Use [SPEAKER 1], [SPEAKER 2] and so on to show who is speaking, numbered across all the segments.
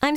[SPEAKER 1] I'm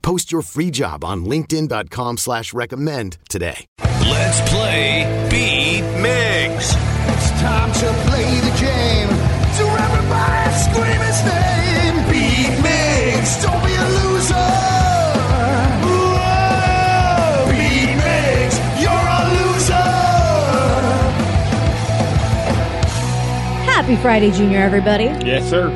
[SPEAKER 2] Post your free job on LinkedIn.com slash recommend today.
[SPEAKER 3] Let's play Beat Migs.
[SPEAKER 4] It's time to play the game. So everybody scream his name. Beat Migs. Don't be a loser. Whoa. Beat Migs. You're a loser.
[SPEAKER 5] Happy Friday, Junior, everybody.
[SPEAKER 6] Yes, sir.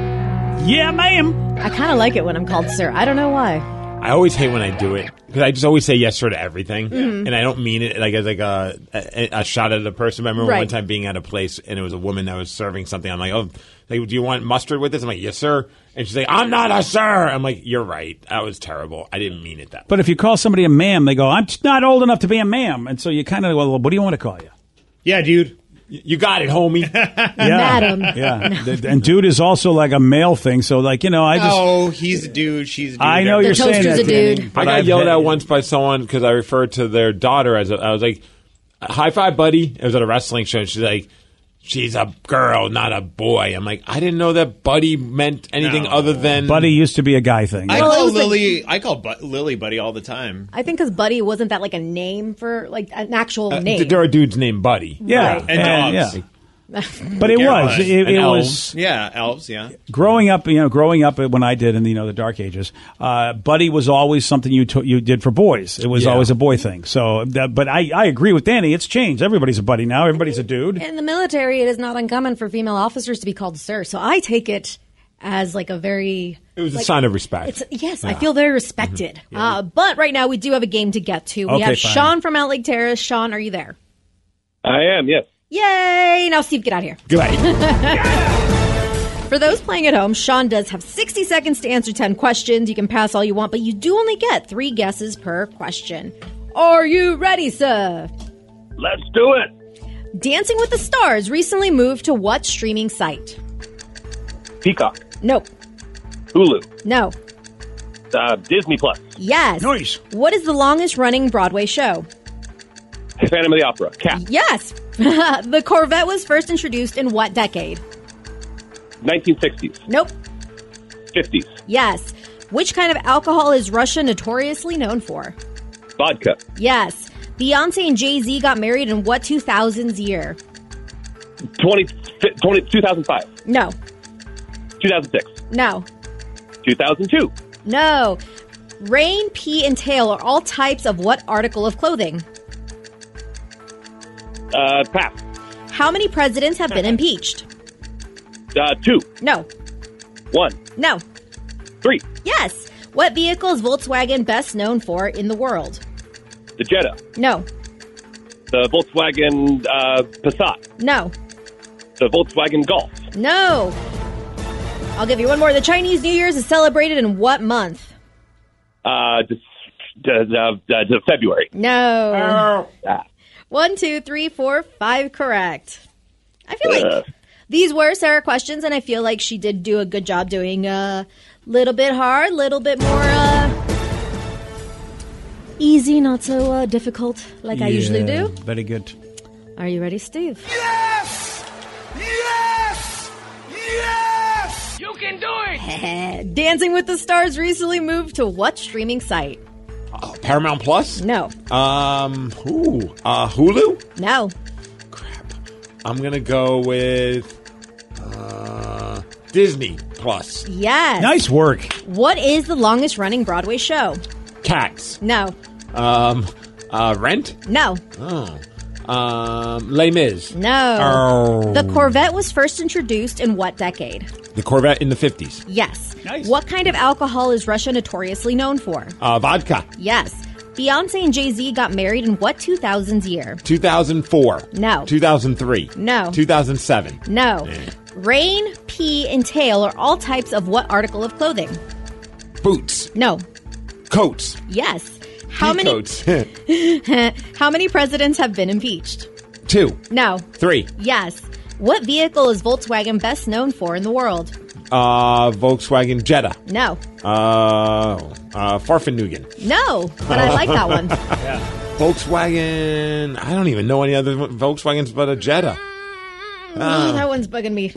[SPEAKER 6] Yeah, ma'am.
[SPEAKER 5] I kind of like it when I'm called sir. I don't know why.
[SPEAKER 6] I always hate when I do it because I just always say yes sir to everything, and I don't mean it like as like a, a, a shot at a person. But I remember one
[SPEAKER 5] Right.
[SPEAKER 6] time being at a place and it was a woman that was serving something. I'm like, oh, like, do you want mustard with this? I'm like, yes sir, and she's like, I'm not a sir. I'm like, you're right. That was terrible. I didn't mean it that. way.
[SPEAKER 7] But if you call somebody a ma'am, they go, I'm t- not old enough to be a ma'am. And so you kind of, well, what do you want to call you?
[SPEAKER 6] Yeah, dude, Y- you got it, homie.
[SPEAKER 7] Yeah.
[SPEAKER 5] Madam.
[SPEAKER 7] Yeah. Th- and dude is also like a male thing. So, like, you know, I just,
[SPEAKER 8] oh, he's a dude. She's a dude.
[SPEAKER 7] I know
[SPEAKER 5] The
[SPEAKER 7] you're saying
[SPEAKER 5] toaster's
[SPEAKER 7] that.
[SPEAKER 5] a dude.
[SPEAKER 7] Danny, but
[SPEAKER 6] I got
[SPEAKER 7] I've-
[SPEAKER 6] yelled at once by someone because I referred to their daughter as a, I was like, "High five, buddy!" It was at a wrestling show. And she's like, "She's a girl, not a boy." I'm like, "I didn't know that buddy meant anything other than
[SPEAKER 7] Buddy used to be a guy thing.
[SPEAKER 8] I
[SPEAKER 5] Well, it
[SPEAKER 8] call
[SPEAKER 5] was like-
[SPEAKER 8] Lily. I call bu- Lily buddy all the time.
[SPEAKER 5] I think because buddy wasn't that like a name for like an actual
[SPEAKER 6] Uh,
[SPEAKER 5] name.
[SPEAKER 6] there are dudes named Buddy.
[SPEAKER 7] yeah.
[SPEAKER 5] Right.
[SPEAKER 8] And dogs.
[SPEAKER 7] yeah. But it was.
[SPEAKER 8] Garage.
[SPEAKER 7] It,
[SPEAKER 6] And
[SPEAKER 7] it
[SPEAKER 6] elves.
[SPEAKER 7] was.
[SPEAKER 8] Yeah, elves. Yeah,
[SPEAKER 7] Growing up, you know, growing up when I did in the, you know the dark ages, uh, buddy was always something you took you did for boys. It was
[SPEAKER 6] Yeah.
[SPEAKER 7] always a boy thing. So, that, but I, I agree with Danny. It's changed. Everybody's a buddy now. Everybody's a dude.
[SPEAKER 5] In the military, it is not uncommon for female officers to be called sir. So I take it as like a very
[SPEAKER 6] It was a sign of respect.
[SPEAKER 5] It's, yes, I feel very respected. Uh, but right now we do have a game to get to. We
[SPEAKER 7] Mm-hmm. Okay,
[SPEAKER 5] have
[SPEAKER 7] fine.
[SPEAKER 5] Sean from Out Lake Terrace. Sean, are you there?
[SPEAKER 9] I am, yes.
[SPEAKER 5] Yay! Now, Steve, get out of here.
[SPEAKER 6] Goodbye.
[SPEAKER 5] For those playing at home, Sean does have 60 seconds to answer 10 questions. You can pass all you want, but you do only get three guesses per question. Are you ready, sir?
[SPEAKER 9] Let's do it.
[SPEAKER 5] Dancing with the Stars recently moved to what streaming site?
[SPEAKER 9] Peacock,
[SPEAKER 5] No.
[SPEAKER 9] Hulu,
[SPEAKER 5] No.
[SPEAKER 9] uh, Disney Plus,
[SPEAKER 5] Yes.
[SPEAKER 7] Nice.
[SPEAKER 5] What is the longest running Broadway show?
[SPEAKER 9] Phantom of the Opera, Cat,
[SPEAKER 5] Yes. the Corvette was first introduced in what decade?
[SPEAKER 9] 1960s,
[SPEAKER 5] Nope.
[SPEAKER 9] 50s,
[SPEAKER 5] Yes. Which kind of alcohol is Russia notoriously known for?
[SPEAKER 9] vodka,
[SPEAKER 5] Yes. Beyonce and Jay Z got married in what 2000s year?
[SPEAKER 9] 20, 20, 2005,
[SPEAKER 5] No.
[SPEAKER 9] 2006,
[SPEAKER 5] No.
[SPEAKER 9] 2002,
[SPEAKER 5] No. Rain, pea, and tail are all types of what article of clothing?
[SPEAKER 9] uh, pass,
[SPEAKER 5] How many presidents have been impeached?
[SPEAKER 9] uh, 2,
[SPEAKER 5] No.
[SPEAKER 9] 1,
[SPEAKER 5] No.
[SPEAKER 9] 3,
[SPEAKER 5] Yes. What vehicle is Volkswagen best known for in the world?
[SPEAKER 9] the Jetta,
[SPEAKER 5] No.
[SPEAKER 9] the Volkswagen uh, Passat,
[SPEAKER 5] No.
[SPEAKER 9] the Volkswagen Golf,
[SPEAKER 5] No. I'll give you one more. The Chinese New Year's is celebrated in what month?
[SPEAKER 9] uh, just, uh, uh, uh, February.
[SPEAKER 5] No. One, two, three, four, five. Correct. I feel
[SPEAKER 9] Uh.
[SPEAKER 5] like these were Sarah questions, and I feel like she did do a good job doing a little bit hard, little bit more uh, easy, not so uh, difficult like I usually
[SPEAKER 7] Yeah,
[SPEAKER 5] do.
[SPEAKER 7] Very good.
[SPEAKER 5] Are you ready, Steve?
[SPEAKER 4] Yes! Yes! Yes!
[SPEAKER 5] Uh, Dancing with the Stars recently moved to what streaming site?
[SPEAKER 6] Oh, Paramount Plus.
[SPEAKER 5] No,
[SPEAKER 6] Um. Ooh. Uh. Hulu.
[SPEAKER 5] no,
[SPEAKER 6] Crap. I'm gonna go with uh, Disney Plus.
[SPEAKER 5] yes.
[SPEAKER 7] Nice work.
[SPEAKER 5] What is the longest running Broadway show?
[SPEAKER 6] Cats.
[SPEAKER 5] No,
[SPEAKER 6] Um. Uh. Rent.
[SPEAKER 5] no,
[SPEAKER 6] Oh. Um, Les Mis.
[SPEAKER 5] no.
[SPEAKER 6] Oh.
[SPEAKER 5] The Corvette was first introduced in what decade?
[SPEAKER 6] The Corvette in the 50s.
[SPEAKER 5] Yes.
[SPEAKER 7] Nice.
[SPEAKER 5] What kind of alcohol is Russia notoriously known for?
[SPEAKER 6] Uh, vodka.
[SPEAKER 5] Yes. Beyonce and Jay Z got married in what 2000s year?
[SPEAKER 6] 2004.
[SPEAKER 5] No.
[SPEAKER 6] 2003.
[SPEAKER 5] No.
[SPEAKER 6] 2007.
[SPEAKER 5] No. Rain, pea, and tail are all types of what article of clothing?
[SPEAKER 6] Boots.
[SPEAKER 5] No.
[SPEAKER 6] Coats.
[SPEAKER 5] Yes. How many-
[SPEAKER 6] Peacoats.
[SPEAKER 5] How many presidents have been impeached?
[SPEAKER 6] Two.
[SPEAKER 5] No.
[SPEAKER 6] Three.
[SPEAKER 5] Yes. What vehicle is Volkswagen best known for in the world?
[SPEAKER 6] Uh, Volkswagen Jetta.
[SPEAKER 5] No.
[SPEAKER 6] Uh, uh, Farfanugan.
[SPEAKER 5] No. But I like that one.
[SPEAKER 6] Volkswagen. I don't even know any other Volkswagens but a Jetta.
[SPEAKER 7] Um,
[SPEAKER 5] Oh, that one's bugging me.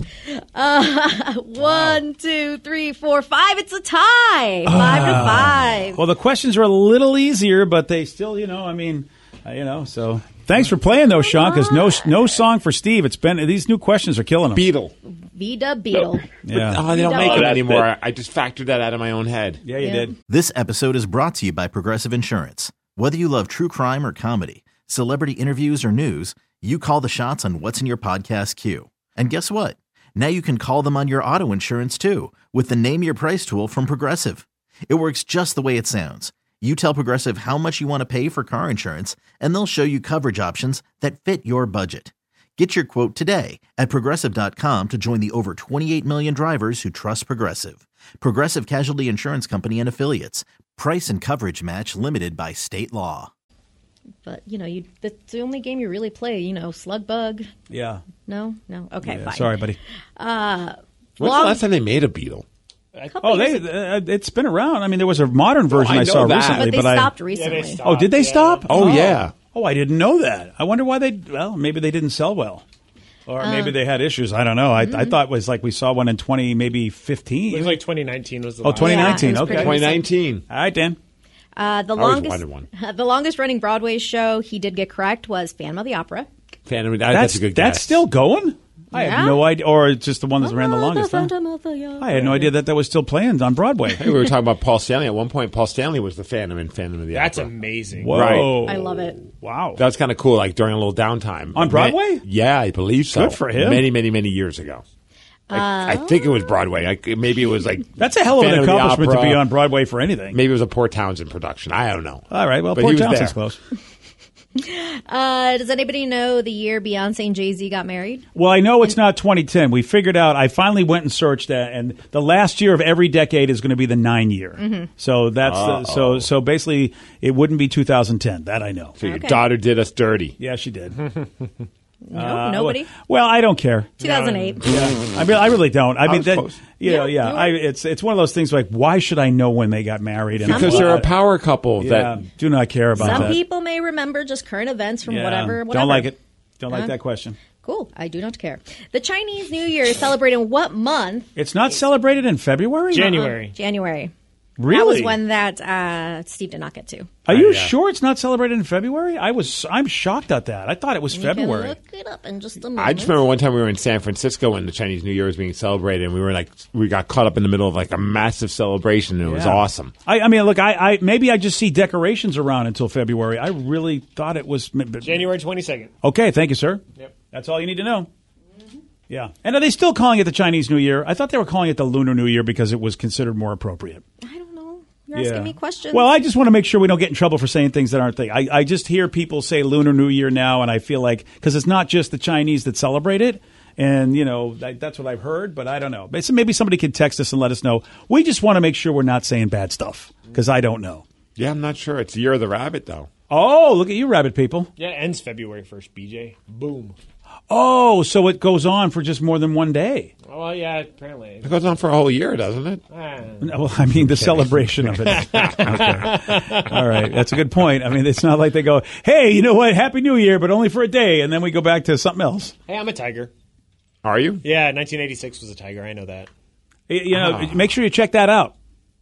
[SPEAKER 5] Uh, one, two, three, four, five. It's a tie. Five to five.
[SPEAKER 7] Ah. Well, the questions are a little easier, but they still, you know, I mean, uh, you know, so. Thanks for playing though, Sean. Because no, no song for Steve. It's been these new questions are killing him.
[SPEAKER 6] Beetle.
[SPEAKER 5] Vida Beetle.
[SPEAKER 7] Yeah,
[SPEAKER 6] Oh, they don't
[SPEAKER 5] No.
[SPEAKER 6] make
[SPEAKER 5] Oh,
[SPEAKER 6] them
[SPEAKER 9] that's
[SPEAKER 6] anymore. I just factored that out of my own head.
[SPEAKER 7] yeah, you did.
[SPEAKER 10] This episode is brought to you by Progressive Insurance. Whether you love true crime or comedy, celebrity interviews or news, you call the shots on what's in your podcast queue. And guess what? Now you can call them on your auto insurance too with the Name Your Price tool from Progressive. It works just the way it sounds. You tell Progressive how much you want to pay for car insurance, and they'll show you coverage options that fit your budget. Get your quote today at progressive.com to join the over 28 million drivers who trust Progressive. Progressive Casualty Insurance Company and Affiliates. Price and coverage match limited by state law.
[SPEAKER 5] But, you know, you that's the only game you really play. You know, Slug Bug.
[SPEAKER 7] Yeah.
[SPEAKER 5] No? No? Okay,
[SPEAKER 7] Yeah,
[SPEAKER 5] fine. Uh,
[SPEAKER 7] Sorry, buddy.
[SPEAKER 6] When's
[SPEAKER 5] Long-
[SPEAKER 6] the last time they made a Beetle?
[SPEAKER 7] Oh, they, uh, it's been around. I mean, there was a modern version
[SPEAKER 6] I know
[SPEAKER 7] I, saw
[SPEAKER 6] that.
[SPEAKER 7] recently,
[SPEAKER 5] But they
[SPEAKER 7] but, I
[SPEAKER 5] stopped recently.
[SPEAKER 7] oh, did they stop?
[SPEAKER 6] Oh, yeah.
[SPEAKER 7] Oh, I didn't know that. I wonder why they. Well, maybe they didn't sell well, or maybe
[SPEAKER 5] Uh.
[SPEAKER 7] they had issues. I don't know. I,
[SPEAKER 5] Mm-hmm.
[SPEAKER 7] I thought it was like we saw one in twenty, maybe fifteen.
[SPEAKER 11] It was like 2019 was the
[SPEAKER 7] oh,
[SPEAKER 11] last.
[SPEAKER 7] 2019.
[SPEAKER 5] Yeah, it was
[SPEAKER 7] okay.
[SPEAKER 5] pretty-
[SPEAKER 6] 2019.
[SPEAKER 7] All right, Dan.
[SPEAKER 5] Uh, the
[SPEAKER 6] I always
[SPEAKER 5] longest,
[SPEAKER 6] wanted one.
[SPEAKER 5] the longest running Broadway show he did get correct was Phantom of the Opera.
[SPEAKER 6] Phantom, that's,
[SPEAKER 7] That's
[SPEAKER 6] a good guess.
[SPEAKER 7] that's still going. I
[SPEAKER 5] Yeah.
[SPEAKER 7] have no idea, or it's just the ones that ran the
[SPEAKER 5] Oh,
[SPEAKER 7] longest. huh?
[SPEAKER 5] Phantom of the Opera.
[SPEAKER 7] I had no idea that that was still playing on Broadway.
[SPEAKER 6] Hey, we were talking about Paul Stanley. At one point, Paul Stanley was the Phantom in Phantom of the
[SPEAKER 11] That's
[SPEAKER 6] Opera.
[SPEAKER 11] amazing.
[SPEAKER 7] Whoa!
[SPEAKER 5] I love it.
[SPEAKER 7] Wow.
[SPEAKER 6] That was kind of cool, like during a little downtime.
[SPEAKER 7] On
[SPEAKER 6] Like,
[SPEAKER 7] Broadway?
[SPEAKER 6] ma- yeah, I believe so.
[SPEAKER 7] Good for him.
[SPEAKER 6] Many, many, many years ago. I, I think it was Broadway. I, c- maybe it was like
[SPEAKER 7] That's a hell of an
[SPEAKER 6] Phantom the
[SPEAKER 7] accomplishment to
[SPEAKER 6] Opera.
[SPEAKER 7] be on Broadway for anything.
[SPEAKER 6] Maybe it was a Port Townsend production. I don't know.
[SPEAKER 7] All right. Well,
[SPEAKER 6] But he
[SPEAKER 7] Port
[SPEAKER 6] was
[SPEAKER 7] Johnson's
[SPEAKER 6] there.
[SPEAKER 7] close.
[SPEAKER 5] Uh, does anybody know the year Beyonce and Jay Z got married?
[SPEAKER 7] Well, I know it's not 2010. We figured out. I finally went and searched that, and the last year of every decade is going to be the nine year.
[SPEAKER 5] Mm-hmm.
[SPEAKER 7] So that's the,
[SPEAKER 6] Oh.
[SPEAKER 7] so so basically it wouldn't be 2010. That I know.
[SPEAKER 6] So your
[SPEAKER 5] Okay.
[SPEAKER 6] daughter did us dirty.
[SPEAKER 7] Yeah, she did.
[SPEAKER 5] No, nobody.
[SPEAKER 7] Uh, Well, I don't care.
[SPEAKER 5] 2008.
[SPEAKER 7] I mean, I really don't. I mean,
[SPEAKER 6] was
[SPEAKER 7] that
[SPEAKER 6] close.
[SPEAKER 7] you know,
[SPEAKER 5] Yeah,
[SPEAKER 7] yeah.
[SPEAKER 5] you
[SPEAKER 7] I, it's it's one of those things like, why should I know when they got married? And
[SPEAKER 6] Because
[SPEAKER 7] all
[SPEAKER 6] they're a
[SPEAKER 7] that.
[SPEAKER 6] power couple
[SPEAKER 7] Yeah,
[SPEAKER 6] that
[SPEAKER 7] do not care about
[SPEAKER 5] Some
[SPEAKER 7] that.
[SPEAKER 5] people may remember just current events from
[SPEAKER 7] Yeah,
[SPEAKER 5] whatever, whatever.
[SPEAKER 7] Don't like it. Don't
[SPEAKER 5] Uh,
[SPEAKER 7] like that question.
[SPEAKER 5] Cool. I do not care. The Chinese New Year is celebrating what month?
[SPEAKER 7] It's not celebrated in February.
[SPEAKER 11] January.
[SPEAKER 5] January.
[SPEAKER 7] Uh, Really?
[SPEAKER 5] That was one that uh, Steve did not get to.
[SPEAKER 6] Oh,
[SPEAKER 7] Are you sure it's not celebrated in February? I was. I'm shocked at that. I thought it was
[SPEAKER 5] You can
[SPEAKER 7] February.
[SPEAKER 5] look it up in just a moment.
[SPEAKER 6] I just remember one time we were in San Francisco and the Chinese New Year was being celebrated, and we were like, we got caught up in the middle of like a massive celebration, and it was
[SPEAKER 7] Yeah.
[SPEAKER 6] awesome.
[SPEAKER 7] I, I mean, look, I, I maybe I just see decorations around until February. I really thought it was m- b-
[SPEAKER 11] January 22nd.
[SPEAKER 7] Okay, thank you, sir. Yep. That's all you need to know. Yeah. And are they still calling it the Chinese New Year? I thought they were calling it the Lunar New Year because it was considered more appropriate.
[SPEAKER 5] I don't know. You're asking me questions.
[SPEAKER 7] Well, I just want to make sure we don't get in trouble for saying things that aren't things. I, I just hear people say Lunar New Year now, and I feel like because it's not just the Chinese that celebrate it. And you know that, that's what I've heard, but I don't know. But so Maybe somebody could text us and let us know. We just want to make sure we're not saying bad stuff because I don't know.
[SPEAKER 6] Yeah, I'm not sure. It's the year of the rabbit, though.
[SPEAKER 7] Oh, look at you, rabbit people!
[SPEAKER 11] Yeah, it ends February 1st, BJ. Boom.
[SPEAKER 7] Oh, so it goes on for just more than one day.
[SPEAKER 11] Oh, well, yeah, apparently.
[SPEAKER 6] It goes on for a whole year, doesn't it?
[SPEAKER 11] Ah.
[SPEAKER 7] Well, I mean the celebration of it. Okay. All right, that's a good point. I mean, it's not like they go, "Hey, you know what? Happy New Year," but only for a day, and then we go back to something else.
[SPEAKER 11] Hey, I'm a tiger.
[SPEAKER 6] Are you?
[SPEAKER 11] Yeah, 1986 was a tiger. I know that.
[SPEAKER 7] Y- You know, make sure you check that out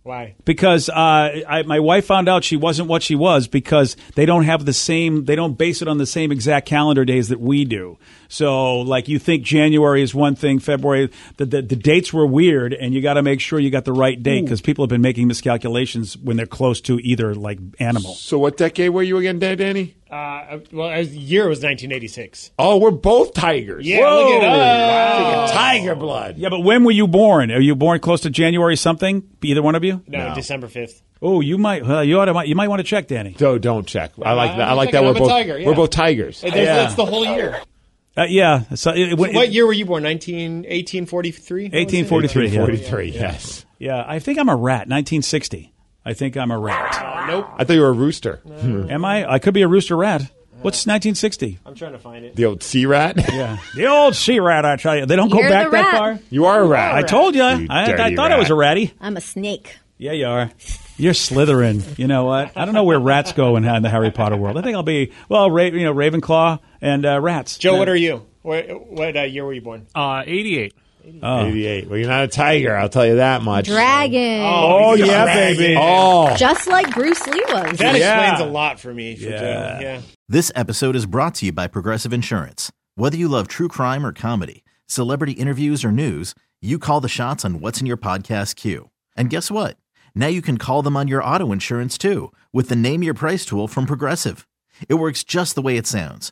[SPEAKER 11] Why?
[SPEAKER 7] because uh, I, my wife found out she wasn't what she was because they don't have the same. They don't base it on the same exact calendar days that we do. So, like, you think January is one thing, February. The the, the dates were weird, and you got to make sure you got the right date because people have been making miscalculations when they're close to either like animal.
[SPEAKER 6] So what decade were you again, Dan- Danny?
[SPEAKER 11] Uh, well, I was- the year was 1986.
[SPEAKER 6] Oh, we're both tigers.
[SPEAKER 11] Yeah, look at us.
[SPEAKER 6] Tiger blood.
[SPEAKER 7] Yeah, but when were you born? Are you born close to January something? Either one of you?
[SPEAKER 11] No, December 5th.
[SPEAKER 7] Oh, you might. Well, you ought to. You might want to check, Danny.
[SPEAKER 6] So don't check. I like that. I
[SPEAKER 11] I'm
[SPEAKER 6] like that.
[SPEAKER 11] checking.
[SPEAKER 6] We're
[SPEAKER 11] I'm a
[SPEAKER 6] both
[SPEAKER 11] tiger, yeah.
[SPEAKER 6] we're both tigers.
[SPEAKER 11] Hey, there's- That's the whole year.
[SPEAKER 7] Uh, yeah. So it, it,
[SPEAKER 11] What year were you born? 19, 1843? What was it?
[SPEAKER 7] 1843. yeah.
[SPEAKER 6] Forty three. Yes.
[SPEAKER 7] Yeah, I think I'm a rat. 1960. I think I'm a rat.
[SPEAKER 11] Nope.
[SPEAKER 6] I thought you were a rooster.
[SPEAKER 7] Am I? I could be a rooster rat. What's 1960?
[SPEAKER 11] I'm trying to find it.
[SPEAKER 6] The old sea rat?
[SPEAKER 7] Yeah. The old sea rat, I tell you. They don't go
[SPEAKER 12] You're
[SPEAKER 7] back
[SPEAKER 12] the
[SPEAKER 7] that
[SPEAKER 12] rat.
[SPEAKER 7] far.
[SPEAKER 6] You are a rat.
[SPEAKER 7] I told you.
[SPEAKER 6] You
[SPEAKER 7] I, I
[SPEAKER 6] dirty
[SPEAKER 7] thought I was a ratty.
[SPEAKER 12] I'm a snake.
[SPEAKER 7] Yeah, you are. You're slithering. You know what? I don't know where rats go in, in the Harry Potter world. I think I'll be, well, Ra- you know, Ravenclaw and uh, rats.
[SPEAKER 11] Joe, what are you? What, what uh, year were you born?
[SPEAKER 13] Uh, 88.
[SPEAKER 7] Oh.
[SPEAKER 6] 88. Well, you're not a tiger, I'll tell you that much.
[SPEAKER 12] Dragon.
[SPEAKER 6] Oh, yeah, baby. Oh.
[SPEAKER 12] Just like Bruce Lee was.
[SPEAKER 11] That
[SPEAKER 6] Yeah.
[SPEAKER 11] explains a lot for me. For
[SPEAKER 10] Yeah.
[SPEAKER 11] Joe. yeah.
[SPEAKER 10] This episode is brought to you by Progressive Insurance. Whether you love true crime or comedy, celebrity interviews or news, you call the shots on what's in your podcast queue. And guess what? Now you can call them on your auto insurance too with the Name Your Price tool from Progressive. It works just the way it sounds.